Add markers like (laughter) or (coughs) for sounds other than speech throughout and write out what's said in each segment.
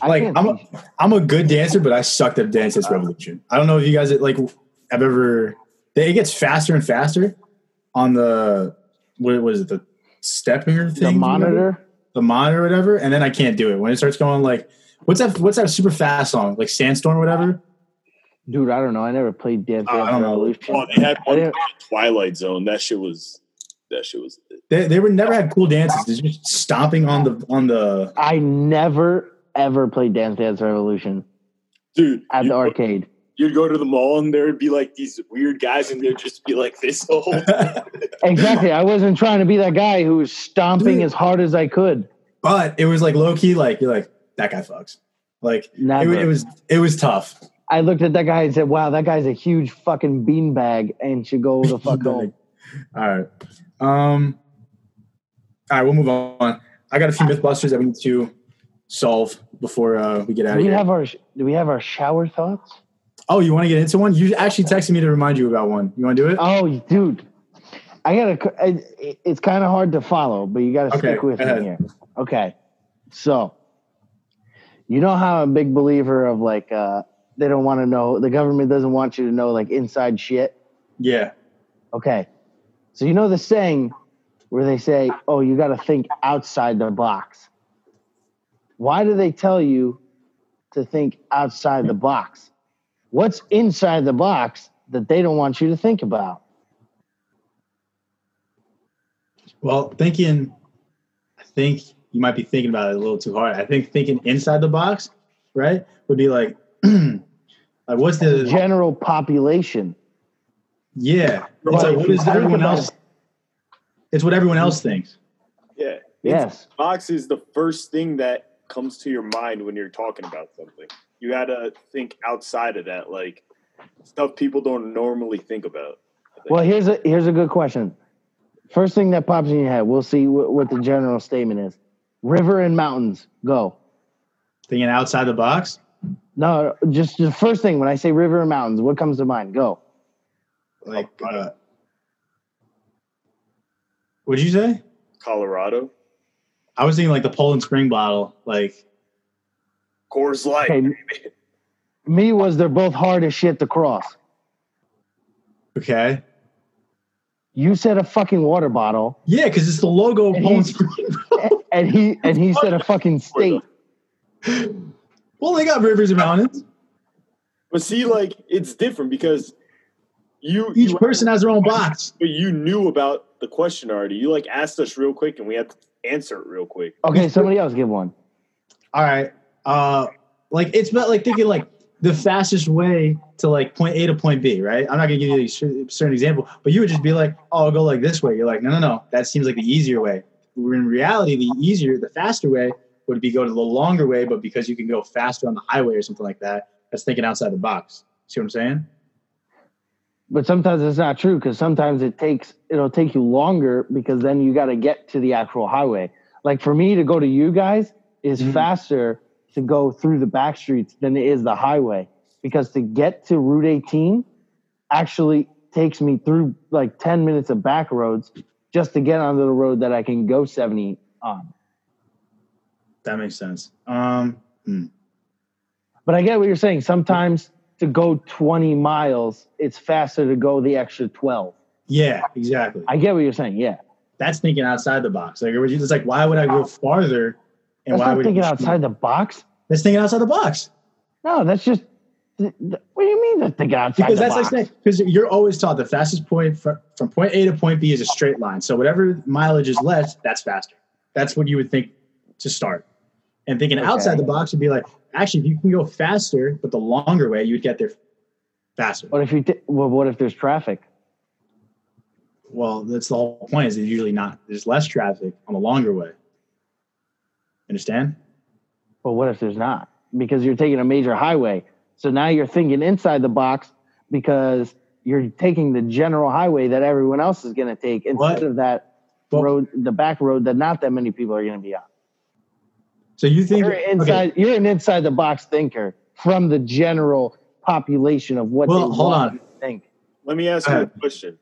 I like I'm a, I'm a good dancer, but I sucked at dance Uh, dance revolution. I don't know if you guys like have ever. It gets faster and faster on the what was it the stepper the thing monitor. the monitor or whatever, and then I can't do it when it starts going like what's that what's that super fast song like Sandstorm or whatever. Dude, I don't know. I never played Dance Uh, I Dance don't know. Revolution. Oh, they had I one didn't- called Twilight Zone. That shit was. That shit was. They they would never have cool dances. It's just stomping on the on the I never ever played Dance Dance Revolution Dude, at you- the arcade. you'd go to the mall and there would be like these weird guys and they'd just be like this the whole Exactly. I wasn't trying to be that guy who was stomping Dude. as hard as I could. but it was like low key like you're like that guy fucks like it, Never. wa- it was it was tough I looked at that guy and said, "Wow, that guy's a huge fucking beanbag and should go (laughs) the fuck home." all right um all right we'll move on i got a few mythbusters that we need to solve before uh, we get out Do of we here have our Do we have our shower thoughts? oh you want to get into one you actually texted me to remind you about one you want to do it Oh, dude, I gotta. I- It's kind of hard to follow, but you gotta Okay, stick with go ahead. me here. Okay, so you know how I'm a big believer of like uh, they don't want to know the government doesn't want you to know like inside shit. yeah Okay. So you know the saying where they say, "Oh, you got to think outside the box." Why do they tell you to think outside the box? What's inside the box that they don't want you to think about? well thinking i think you might be thinking about it a little too hard i think thinking inside the box right would be like (clears throat) like what's the General population. Yeah. It's Right. like what is Think everyone about else? It's what everyone else thinks. yeah Yes. box is the first thing that comes to your mind when you're talking about something you gotta think outside of that like stuff people don't normally think about Well, here's a here's a good question. First thing that pops in your head. We'll see what, what the general statement is. River and mountains. Go. Thinking outside the box. No, just the first thing when I say river and mountains, what comes to mind? Go. Like uh, what'd you say? colorado I was thinking like the Poland Spring bottle, like coors light Okay. Me was they're both hard as shit to cross. okay. You said a fucking water bottle, Yeah, because it's the logo of And Poland he- Spring. and he and he said a fucking state. well, they got rivers and mountains. but see like it's different because you Each you- person has their own box. but you knew about the question already you like asked us real quick and we had to answer it real quick Okay, somebody else give one. All right. Uh like it's about like thinking like the fastest way to like point A to point B, right? I'm not gonna give you a cer- certain example, but you would just be like, "Oh, I'll go like this way." You're like, "No, no, no, that seems like the easier way." Where in reality, the easier, the faster way would be go to the longer way, but because you can go faster on the highway or something like that, that's thinking outside the box. See what I'm saying? But sometimes it's not true because sometimes it takes it'll take you longer because then you got to get to the actual highway. Like for me to go to you guys is Mhm. faster to go through the back streets than it is the highway because to get to Route 18 actually takes me through like 10 minutes of back roads just to get onto the road that I can go 70 on. That makes sense. Um, But I get what you're saying. Sometimes to go 20 miles, it's faster to go the extra 12. yeah, exactly. I get what you're saying. Yeah. That's thinking outside the box. Like, it was just like, why would I go farther? That's why not would thinking outside the box. That's thinking outside the box. No, that's just. th- th- What do you mean that's thinking outside because the that's box? like saying because you're always taught the fastest point from, from point A to point B is a straight line. So whatever mileage is less, that's faster. That's what you would think to start. And thinking Okay. outside the box would be like, actually, if you can go faster, but the longer way, you would get there faster. What if you? T- well, what if there's traffic? Well, that's the whole point. Is there's usually not there's less traffic on the longer way. Understand? But what if there's not? Because you're taking a major highway, so now you're thinking inside the box because you're taking the general highway that everyone else is going to take instead What? of that Well- road, the back road that not that many people are going to be on. So you think You're inside. You're an inside the box thinker from the general population of what Well, they hold want on. you to think. let me ask you a question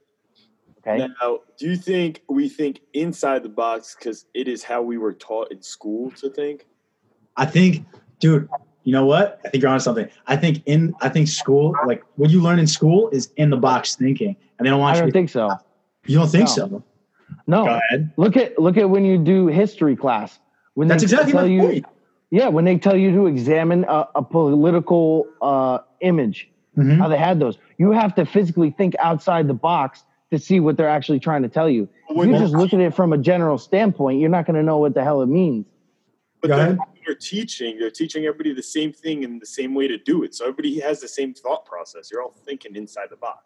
Okay. Now, do you think we think inside the box because it is how we were taught in school to think? I think, dude, you know what? I think you're on something. I think in I think school, like what you learn in school, is in the box thinking, and they don't want I you. don't to- think so. you don't think no. so? No, Go ahead. look at look at when you do history class. When That's they exactly tell my you, point. Yeah, when they tell you to examine a, a political uh, image, Mhm. how they had those, you have to physically think outside the box to see what they're actually trying to tell you. If Wait, you well- just look at it from a general standpoint, you're not going to know what the hell it means. But Go then ahead. they're teaching. They're teaching everybody the same thing and the same way to do it. So everybody has the same thought process. You're all thinking inside the box.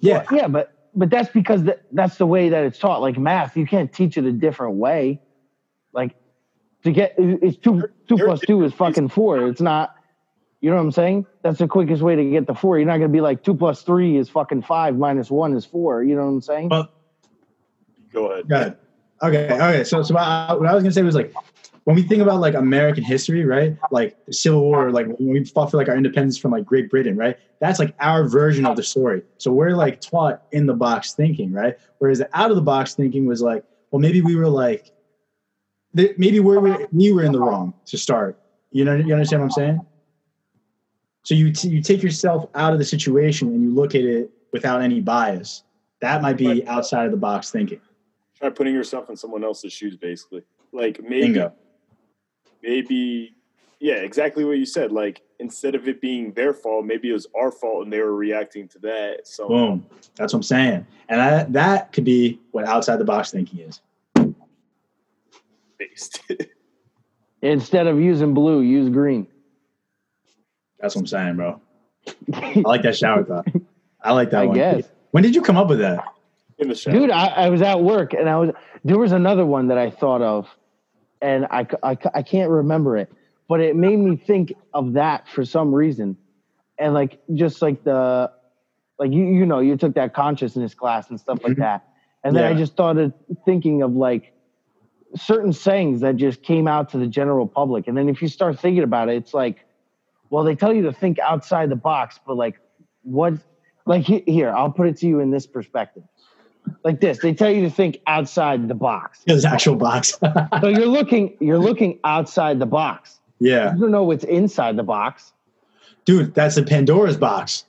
Yeah, Yeah, but but that's because th- that's the way that it's taught. Like math, you can't teach it a different way. Like to get it- it's two two There- plus two is fucking four. It's not. You know what I'm saying? That's the quickest way to get the four. You're not gonna be like two plus three is fucking five minus one is four. You know what I'm saying? Well- Go ahead. Go ahead. Okay. Okay. So, so I, I- what I was gonna say was like, when we think about like American history, right? Like the Civil War, like when we fought for like our independence from like Great Britain, right? That's like our version of the story. So we're like taught in the box thinking, right? Whereas the out of the box thinking was like, well, maybe we were like, th- maybe we were we were in the wrong to start. You know, you understand what I'm saying? So you t- you take yourself out of the situation and you look at it without any bias. That might be Right. outside of the box thinking. Try putting yourself in someone else's shoes, basically. Like maybe Bingo. maybe yeah exactly what you said like instead of it being their fault maybe it was our fault and they were reacting to that so Boom. That's what I'm saying. And that that could be what outside the box thinking is. based (laughs) Instead of using blue, use green. (laughs) That's what I'm saying, bro. I like that shower thought. I like that I one. guess. When did you come up with that? in the show Dude, I, I was at work and I was there was another one that I thought of, and I, c- I c- I can't remember it, but it made me think of that for some reason, and like just like the, like you you know you took that consciousness class and stuff like Mhm. that, and then I Yeah. just started thinking of like certain sayings that just came out to the general public, and then if you start thinking about it, it's like, well they tell you to think outside the box, but like what like he- here i'll put it to you in this perspective like this they tell you to think outside the (laughs) box It was actual box. so you're looking you're looking outside the box yeah. you don't know what's inside the box Dude, that's the Pandora's box.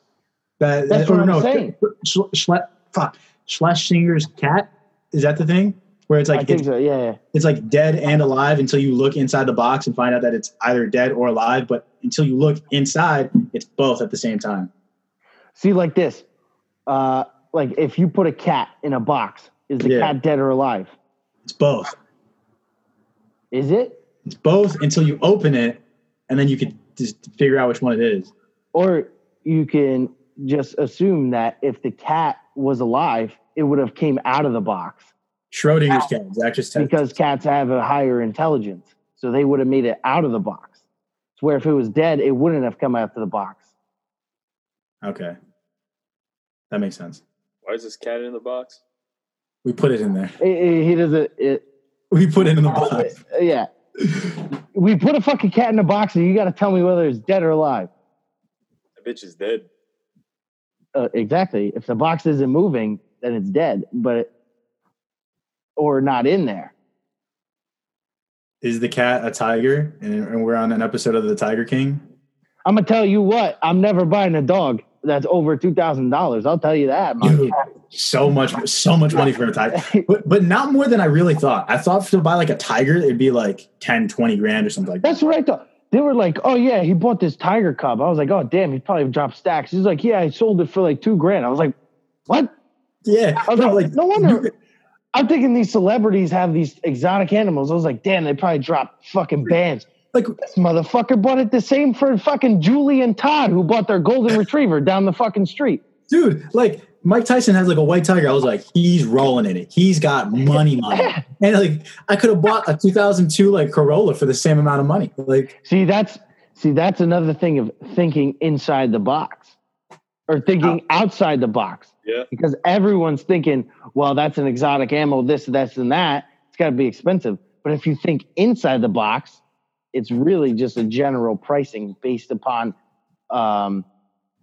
That, That's or what I'm saying. Schle- Schle- fuck. Schlesinger's cat? Is that the thing? Where it's i like think it's, so yeah, yeah it's like dead and alive until you look inside the box and find out that it's either dead or alive, but until you look inside, it's both at the same time. see like this uh like if you put a cat in a box is the Yeah. cat dead or alive It's both. is it It's both until you open it, and then you could just figure out which one it is. or you can just assume that if the cat was alive it would have came out of the box Schrodinger's cat. Zach just texted. because cats have a higher intelligence. So they would have made it out of the box. It's where if it was dead, it wouldn't have come out of the box. Okay, that makes sense. why is this cat in the box We put it in there. (laughs) It- it- he doesn't. It, We put it in the it- (laughs) box. yeah. We put a fucking cat in a box, and you got to tell me whether it's dead or alive. the bitch is dead Uh, exactly. If the box isn't moving, then it's dead, but or not in there. Is the cat a tiger? And, and we're on an episode of the Tiger King. I'm gonna tell you what. I'm never buying a dog that's over two thousand dollars. I'll tell you that. man. Dude, so much, so much money for a tiger, but but not more than I really thought. I thought to buy like a tiger, it'd be like 10, 20 grand or something like that. That's what I thought. They were like, "Oh yeah, he bought this tiger cub." I was like, "Oh damn, he probably dropped stacks." He's like, "Yeah, I sold it for like two grand." I was like, "What?" Yeah, I was bro, like, like "No you- wonder." I'm thinking these celebrities have these exotic animals. I was like, "Damn, they probably dropped fucking bands." Like- this motherfucker bought it the same for fucking Julie and Todd, who bought their golden retriever down the fucking street. dude, like Mike Tyson has like a white tiger. I was like, he's rolling in it. He's got money, money. And like, I could have bought a 2002 like Corolla for the same amount of money. Like, See, that's see, that's another thing of thinking inside the box or thinking outside the box. Yeah. Because everyone's thinking, well, that's an exotic ammo, this, that's, and that. It's got to be expensive. But if you think inside the box, it's really just a general pricing based upon um,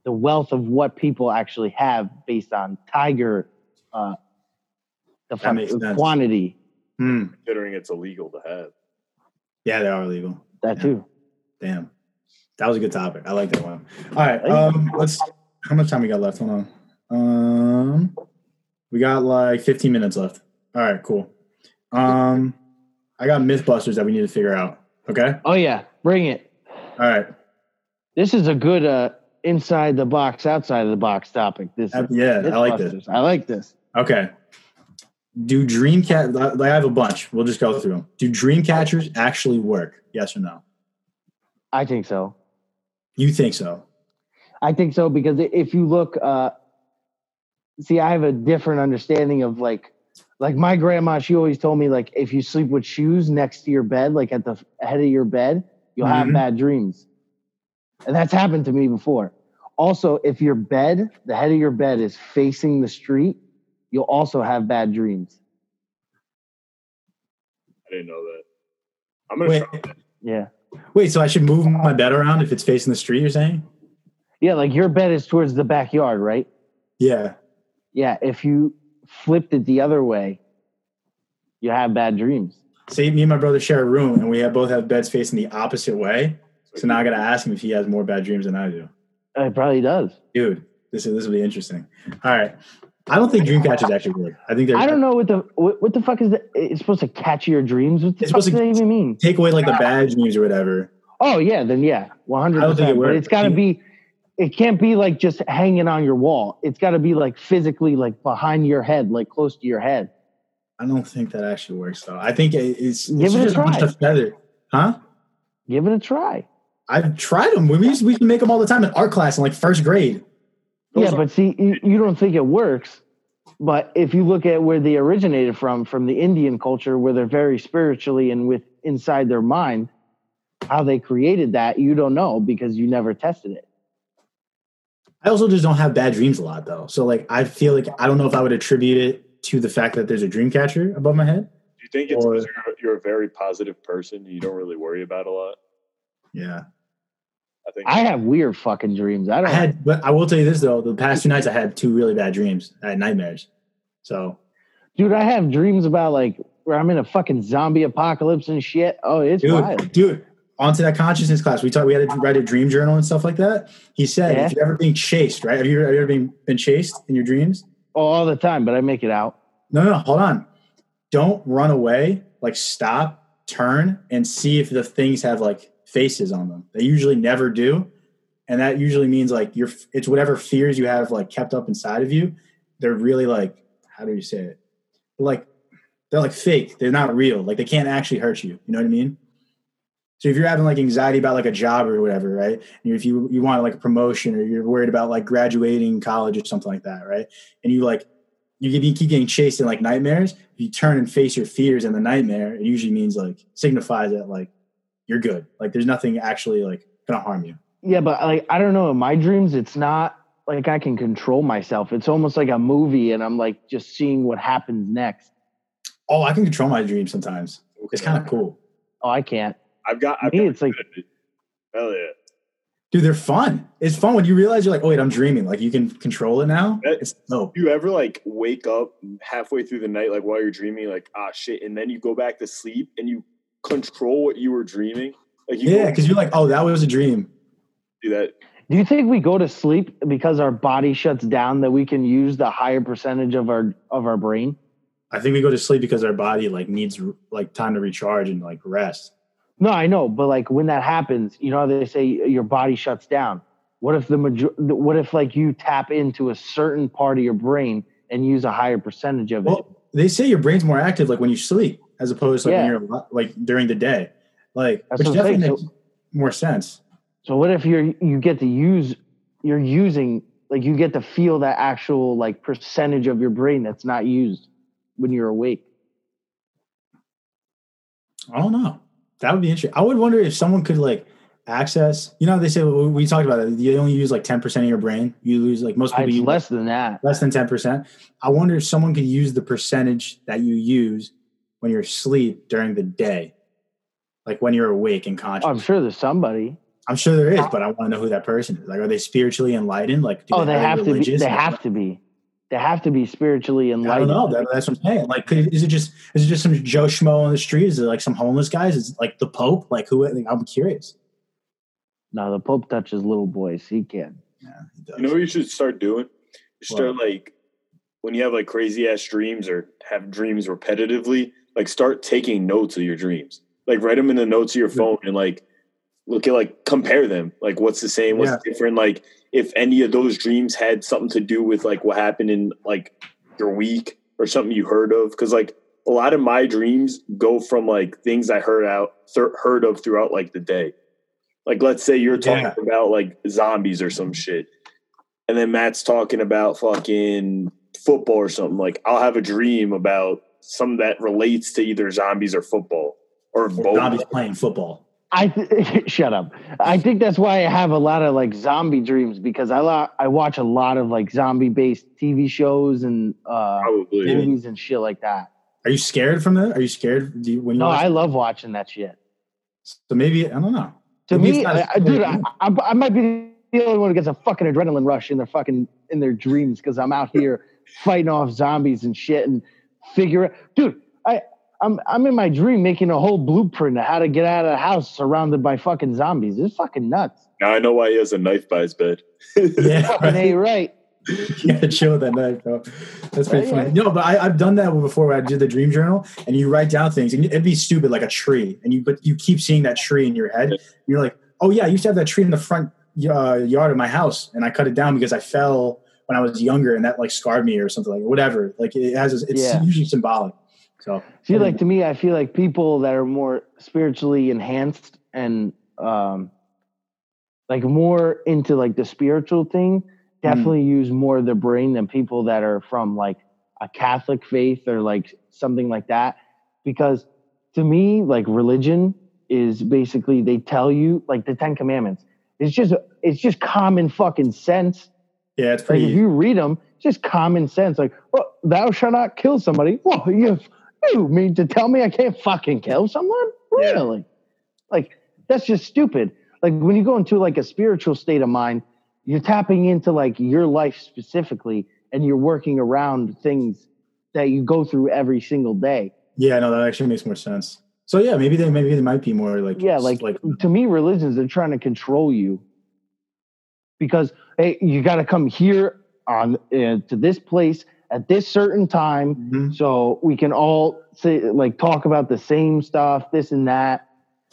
the wealth of what people actually have based on tiger uh, the That makes fucking sense. quantity. hmm, considering it's illegal to have yeah, they are illegal. That Yeah. too. Damn. That was a good topic. I like that one. All right. Um, let's. How much time we got left? Hold on. Um, we got like 15 minutes left. All right. Cool. Um, I got MythBusters that we need to figure out. Okay. Oh yeah, bring it. All right. This is a good uh, inside the box, outside of the box topic. This Uh, Yeah, I like this. Mythbusters. I like this. Okay. Do Dreamcat? Like I have a bunch. We'll just go through them. Do Dreamcatchers actually work? Yes or no? I think so. You think so? I think so because i- if you look, uh, see, I have a different understanding of like, like my grandma. She always told me like, if you sleep with shoes next to your bed, like at the f- head of your bed, you'll have Mhm. bad dreams, and that's happened to me before. Also, if your bed, the head of your bed is facing the street, you'll also have bad dreams. I didn't know that. I'm gonna Wait, try that. Yeah, wait. So I should move my bed around if it's facing the street? You're saying? yeah. Like your bed is towards the backyard, right? Yeah. Yeah. If you flipped it the other way, you have bad dreams. See, me and my brother share a room, and we have, both have beds facing the opposite way. So now I gotta ask him if he has more bad dreams than I do. It probably does. Dude, this is this will be interesting. All right. I don't think Dreamcatchers actually work. I think they're I don't know what the what, what the fuck is that? It's supposed to catch your dreams. What the It's fuck supposed does to- that even mean? take away like the bad dreams or whatever. Oh yeah, then yeah, one hundred I don't think it percent. But works. it's got to be. It can't be like just hanging on your wall. It's got to be like physically, like behind your head, like close to your head. I don't think that actually works though. I think it- it's, Give it's it a just a bunch try. of feather, huh? Give it a try. I've tried them. We used, we used to make them all the time in art class in like first grade. yeah, but see, you, you don't think it works. But if you look at where they originated from, from the Indian culture, where they're very spiritually and with inside their mind, how they created that, you don't know because you never tested it. I also just don't have bad dreams a lot though. So like I feel like I don't know if I would attribute it to the fact that there's a dream catcher above my head. Do you think it's Or- 'cause you're, you're a very positive person? and You don't really worry about a lot. Yeah. I think I have weird fucking dreams. I don't. I had, but I will tell you this though: the past two nights I had two really bad dreams. I had nightmares. So Dude, I have dreams about like where I'm in a fucking zombie apocalypse and shit. Oh, it's dude, wild. dude, onto that consciousness class. We talked. We had to write a dream journal and stuff like that. He said, Yeah. if you're ever being chased, right? Have you, have you ever been been chased in your dreams? Oh, all the time, but I make it out. No, no, no, hold on. Don't run away. Like stop, turn, and see if the things have like faces on them. They usually never do, and that usually means like you're. It's whatever fears you have like kept up inside of you. They're really like how do you say it? Like they're like fake. They're not real. Like they can't actually hurt you. You know what I mean? So if you're having like anxiety about like a job or whatever, right? And if you you want like a promotion or you're worried about like graduating college or something like that, right? And you like you get- you keep getting chased in like nightmares. If you turn and face your fears in the nightmare, it usually means like signifies that like you're good. Like there's nothing actually like gonna harm you. Yeah, but like I don't know. In my dreams, it's not like I can control myself. It's almost like a movie, and I'm like just seeing what happens next. Oh, I can control my dreams sometimes. Okay. It's kind of cool, Oh, I can't. I've got. I've Me, got it's like- good. Hell yeah. dude. They're fun. It's fun when you realize you're like, oh wait, I'm dreaming. Like you can control it now. That- It's dope. you ever like wake up halfway through the night, like while you're dreaming, like ah shit, and then you go back to sleep and you control what you were dreaming? Like you Yeah, go because you're like, oh, that was a dream. do that. Do you think we go to sleep because our body shuts down that we can use the higher percentage of our of our brain? I think we go to sleep because our body like needs like time to recharge and like rest. No, I know, but like when that happens, you know, how they say your body shuts down. What if the major? What if like you tap into a certain part of your brain and use a higher percentage of it? Well, they say your brain's more active like when you sleep as opposed to like, Yeah. when you're al- like during the day. Like That's which what I'm saying. definitely makes more sense. so what if you're you get to use you're using like you get to feel that actual like percentage of your brain that's not used when you're awake? I don't know. That would be interesting. I would wonder if someone could like access. You know, how they say well, we talked about it. You only use like ten percent of your brain. You lose like most people It's use less, less than that. than ten percent. I wonder if someone could use the percentage that you use when you're asleep during the day, like when you're awake and conscious. I'm sure there's somebody. I'm sure there is, but I want to know who that person is. Like, are they spiritually enlightened? Like, do oh, they a have to be. religious- They have to be. They have to be spiritually I enlightened. don't know. That, that's what I'm saying. Like, could, is it just is it just some Joe schmo on the street? Is it like some homeless guys? Is it like the Pope? Like who? Like, I'm curious. No, the Pope touches little boys. He can. He does. You know what you should start doing? You should start What? like when you have like crazy ass dreams or have dreams repetitively, like start taking notes of your dreams. Like write them in the notes of your phone and like look at like compare them. Like what's the same, what's Yeah. different? Like if any of those dreams had something to do with like what happened in like your week or something you heard of. Cause like a lot of my dreams go from like things I heard out th- heard of throughout like the day. Like let's say you're talking Yeah. about like zombies or some shit, and then Matt's talking about fucking football or something. Like I'll have a dream about some that relates to either zombies or football or Or both. Bobby's playing football. I th- (laughs) shut up. I think that's why I have a lot of like zombie dreams because I lo- I watch a lot of like zombie based TV shows and uh, Probably. movies and shit like that. Are you scared from that? Are you scared? Do you, when you No, watch- I love watching that shit. so maybe I don't (laughs) know. To Maybe it's me, not a I, I- dude, I, scary I, I might be the only one who gets a fucking adrenaline rush in their fucking in their dreams because I'm out here fighting off zombies and shit and figure. Dude, I I'm I'm in my dream making a whole blueprint of how to get out of the house surrounded by fucking zombies. It's fucking nuts. Now I know why he has a knife by his bed. Yeah, Fucking right? a right. (laughs) you gotta chill with that night, bro. That's pretty Yeah, funny. yeah. No, but I, I've done that before. Where I did the dream journal, and you write down things, and it'd be stupid, like a tree, and you but you keep seeing that tree in your head. And you're like, oh yeah, I used to have that tree in the front uh, yard of my house, and I cut it down because I fell when I was younger, and that like scarred me or something like whatever. Like it has, it's Yeah. usually symbolic. So See, like to me, I feel like people that are more spiritually enhanced and um, like more into like the spiritual thing definitely use more of their brain than people that are from like a Catholic faith or like something like that. Because to me, like religion is basically they tell you like the Ten Commandments. It's just it's just common fucking sense yeah, it's like pretty. if you read them, it's just common sense. Like, well, thou shalt not kill somebody. Well, you, you mean to tell me I can't fucking kill someone? Yeah. Really? Like, that's just stupid. Like when you go into like a spiritual state of mind, you're tapping into like your life specifically, and you're working around things that you go through every single day. yeah, no, that actually makes more sense. So yeah, maybe they maybe they might be more like Yeah, like- like to me, religions they're trying to control you because hey, you got to come here on uh, to this place at this certain time mhm. so we can all say like talk about the same stuff, this and that.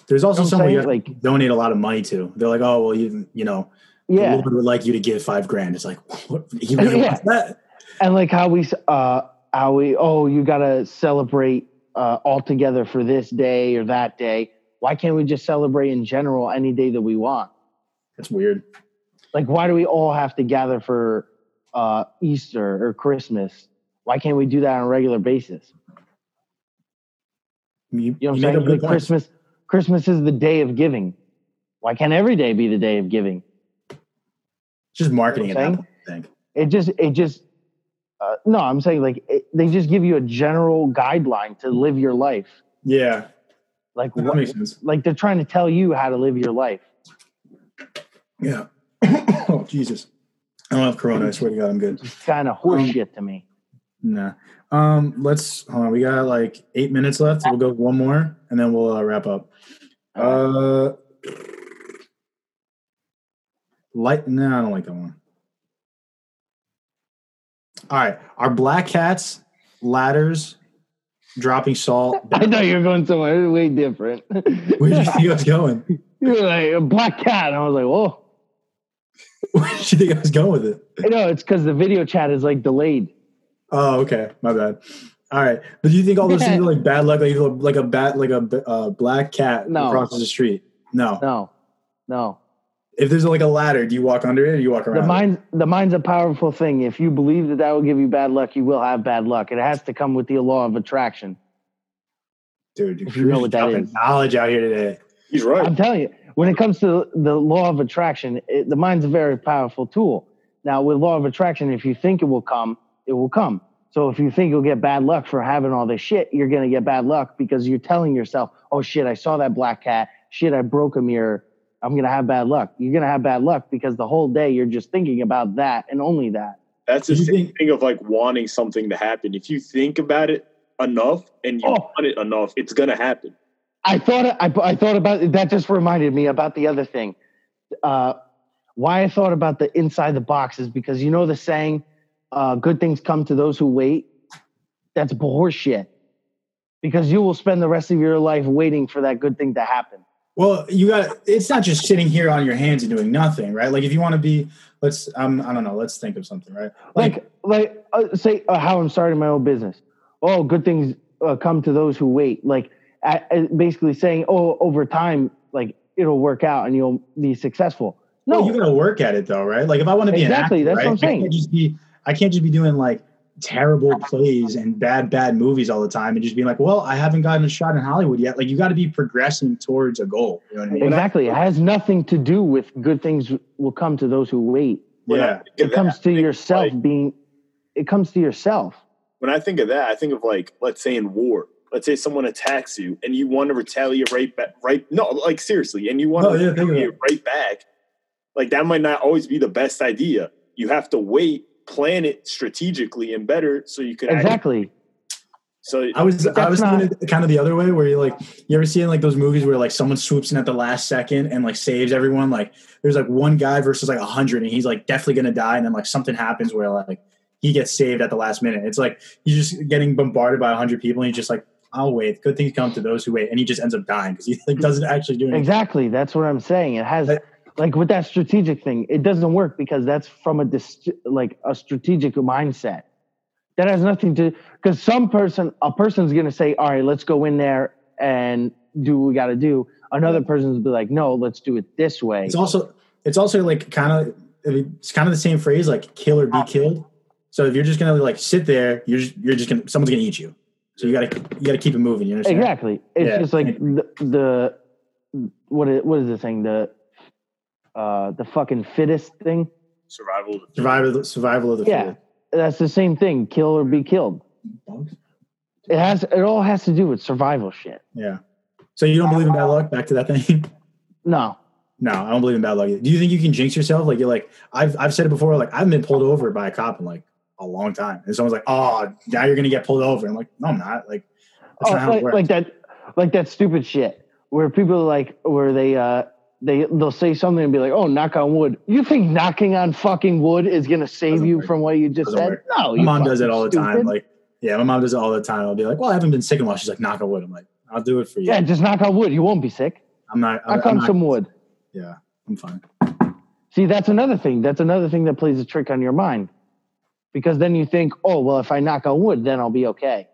there's also You know what I'm someone you saying? have to Like- donate a lot of money to. They're like, oh well, you you know, the Yeah, Lord would like you to give five grand. It's like, (laughs) what? He really Yeah. wants that? and like how we uh how we oh you gotta celebrate uh all together for this day or that day. Why can't we just celebrate in general any day that we want? That's weird. Like why do we all have to gather for uh Easter or Christmas? Why can't we do that on a regular basis? You, You know you what make I'm up saying? good Like points. Christmas Christmas is the day of giving. Why can't every day be the day of giving? It's Just marketing You at know what I'm that point, I think. it just it just uh, no i'm saying like it, they just give you a general guideline to live your life Yeah, like that what, makes sense. like they're trying to tell you how to live your (laughs) life Yeah. (coughs) oh Jesus, I don't have Corona. I swear to God, I'm good. it's kind of horseshit to me Nah. Um, let's hold on. We got like eight minutes left. We'll go one more, and then we'll uh, wrap up. Uh, light. No, I don't like that one. All right, our black cats, ladders, dropping salt. (laughs) i know you're going somewhere way different Where (laughs) do you think I was going? (laughs) you're like a black cat and i was like oh, whoa Where did you think I was going with it? no it's because the video chat is like delayed Oh, okay, my bad. All right, but do you think all those things are like bad luck, like like a bat, like a uh, black cat No. crosses the street? No. no no If there's like a ladder, do you walk under it or you walk the around? it? mind the mind's a powerful thing if you believe that that will give you bad luck you will have bad luck it has to come with the law of attraction Dude, if you know you're what that dropping is. Knowledge out here today. He's right. I'm telling you, when it comes to the law of attraction, it, the mind's a very powerful tool. Now, with law of attraction, if you think it will come, it will come. So if you think you'll get bad luck for having all this shit, you're gonna get bad luck because you're telling yourself, "Oh shit, I saw that black cat. Shit, I broke a mirror. I'm gonna have bad luck." You're gonna have bad luck because the whole day you're just thinking about that and only that. That's the Do you same think- thing of like wanting something to happen. If you think about it enough and you Oh. want it enough, it's gonna happen. I thought I, I thought about that. Just reminded me about the other thing. uh, why I thought about the inside the box is because you know the saying, uh, "Good things come to those who wait." That's bullshit, because you will spend the rest of your life waiting for that good thing to happen. Well, you got it's not just sitting here on your hands and doing nothing, right? Like if you want to be, let's um, I don't know, let's think of something, right? Like, like like uh, say uh, how I'm starting my own business. Oh, good things uh, come to those who wait. Like I, I basically saying, oh, over time, like it'll work out and you'll be successful. No, well, you got to work at it though, right? Like if I want to be Exactly, an actor, that's right? what I'm saying. I can't just be, I can't just be doing like terrible plays and bad bad movies all the time and just being like, well, I haven't gotten a shot in Hollywood yet. Like you got to be progressing towards a goal. You know what I mean? exactly. It has nothing to do with good things will come to those who wait. When I Yeah. think of It that, I comes to think of, yourself like- being. It comes to yourself. when I think of that, I think of like, let's say in war, let's say someone attacks you and you want to retaliate right back, right? No, like seriously, and you want No, to yeah, think of retaliate right back. Like that might not always be the best idea. You have to wait, plan it strategically and better so you can Actually, Exactly. so I was I That's was not- thinking it kind of the other way where you're like you ever seen like those movies where like someone swoops in at the last second and like saves everyone like there's like one guy versus like a hundred and he's like definitely gonna die and then like something happens where like he gets saved at the last minute it's like he's just getting bombarded by a hundred people and he's just like I'll wait good things come to those who wait and he just ends up dying because he like doesn't actually do anything Exactly. That's what I'm saying. It has But- like with that strategic thing, it doesn't work because that's from a dis- like a strategic mindset. That has nothing to because some person a person's gonna say, all right, let's go in there and do what we gotta do. Another person's be like, no, let's do it this way. it's also it's also like kind of it's kind of the same phrase like kill or Ah. be killed so if you're just gonna like sit there you're just you're just gonna someone's gonna eat you so you gotta you gotta keep it moving you understand Exactly. It's Yeah. just like the, the what is, what is the thing the uh the fucking fittest thing. survival. Survival, survival of the Yeah, that's the same thing. Kill or be killed. fittest. It has it all has to do with survival shit. Yeah. So you don't believe in bad luck? Back to that thing. (laughs) No, No, I don't believe in bad luck. Do you think you can jinx yourself? Like you're like I've I've said it before. Like I've been pulled over by a cop in like a long time, and someone's like, "Oh, now you're gonna get pulled over." I'm like, "No, I'm not." Like that's oh, not how it like, works. like that, like that stupid shit where people are like where they uh they they'll say something and be like, "Oh, knock on wood." You think knocking on fucking wood is gonna save Doesn't you work. from what you just Doesn't said? work. No, my you mom does fucking it all the time. stupid. Like yeah, my mom does it all the time. I'll be like, "Well, I haven't been sick in a while." She's like, "Knock on wood." I'm like, "I'll do it for you." yeah, just knock on wood. You won't be sick. I'm not. I'm, Knock I'm on not some wood. yeah, I'm fine. See, that's another thing. That's another thing that plays a trick on your mind, because then you think, "Oh, well, if I knock on wood, then I'll be okay."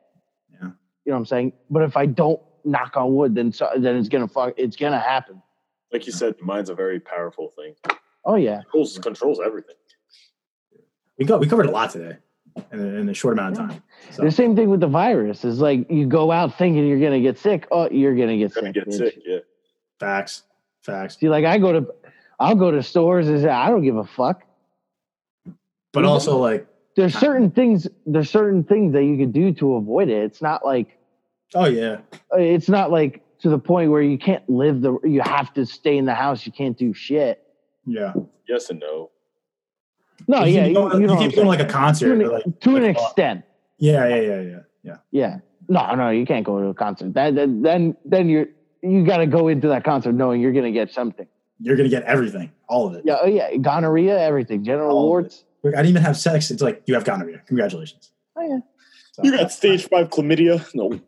Yeah. You know what I'm saying? But if I don't knock on wood, then so, then it's gonna fuck. It's gonna happen. Like you said, the mind's a very powerful thing. Oh yeah. Controls controls everything. We go. We covered a lot today, in a, in a short amount of time. So The same thing with the virus is like you go out thinking you're gonna get sick. Oh, you're gonna get You're sick. gonna get bitch. sick. Yeah. facts, facts. See, like I go to, I'll go to stores and say I don't give a fuck. But also like, (laughs) There's certain things. There's certain things that you could do to avoid it. It's not like oh yeah, it's not like to the point where you can't live the. You have to stay in the house. You can't do shit. yeah. Yes and no. No, you Oh, yeah, keep you, going, you you know what I'm keep going saying. like a concert. to, but, like, an, e, to an like, uh, extent. yeah, yeah, yeah, yeah, yeah. Yeah. No, no, you can't go to a concert. That, that then then you're you got to go into that concert knowing you're gonna get something. You're gonna get everything, all of it. Yeah, oh yeah, gonorrhea, everything, general All of warts. Like, I didn't even have sex. It's like you have gonorrhea. Congratulations. Oh yeah. So, You got stage five chlamydia. No.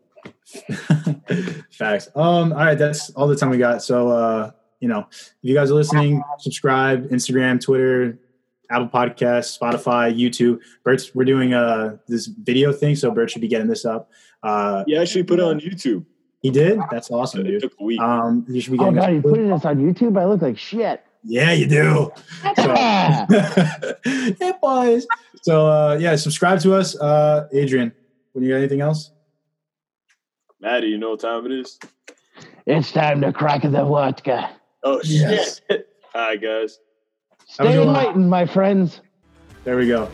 (laughs) facts. Um. All right, that's all the time we got. So, uh, you know, if you guys are listening, subscribe, Instagram, Twitter. Apple Podcasts, Spotify, YouTube. Bert's, we're doing uh, this video thing, so Bert should be getting this up. Uh, You actually put it on YouTube. he did. That's awesome, It dude. took a week. Um, you should be Oh getting. god, you this- putting this on YouTube? I look like shit. yeah, you do. Ah! (laughs) it was. So uh, yeah, subscribe to us, uh, Adrian. When you got anything else? Maddie, you know what time it is? it's time to crack the vodka. Oh (laughs) Yes. shit! All right, guys. Have a Stay good one. enlightened, my friends. There we go.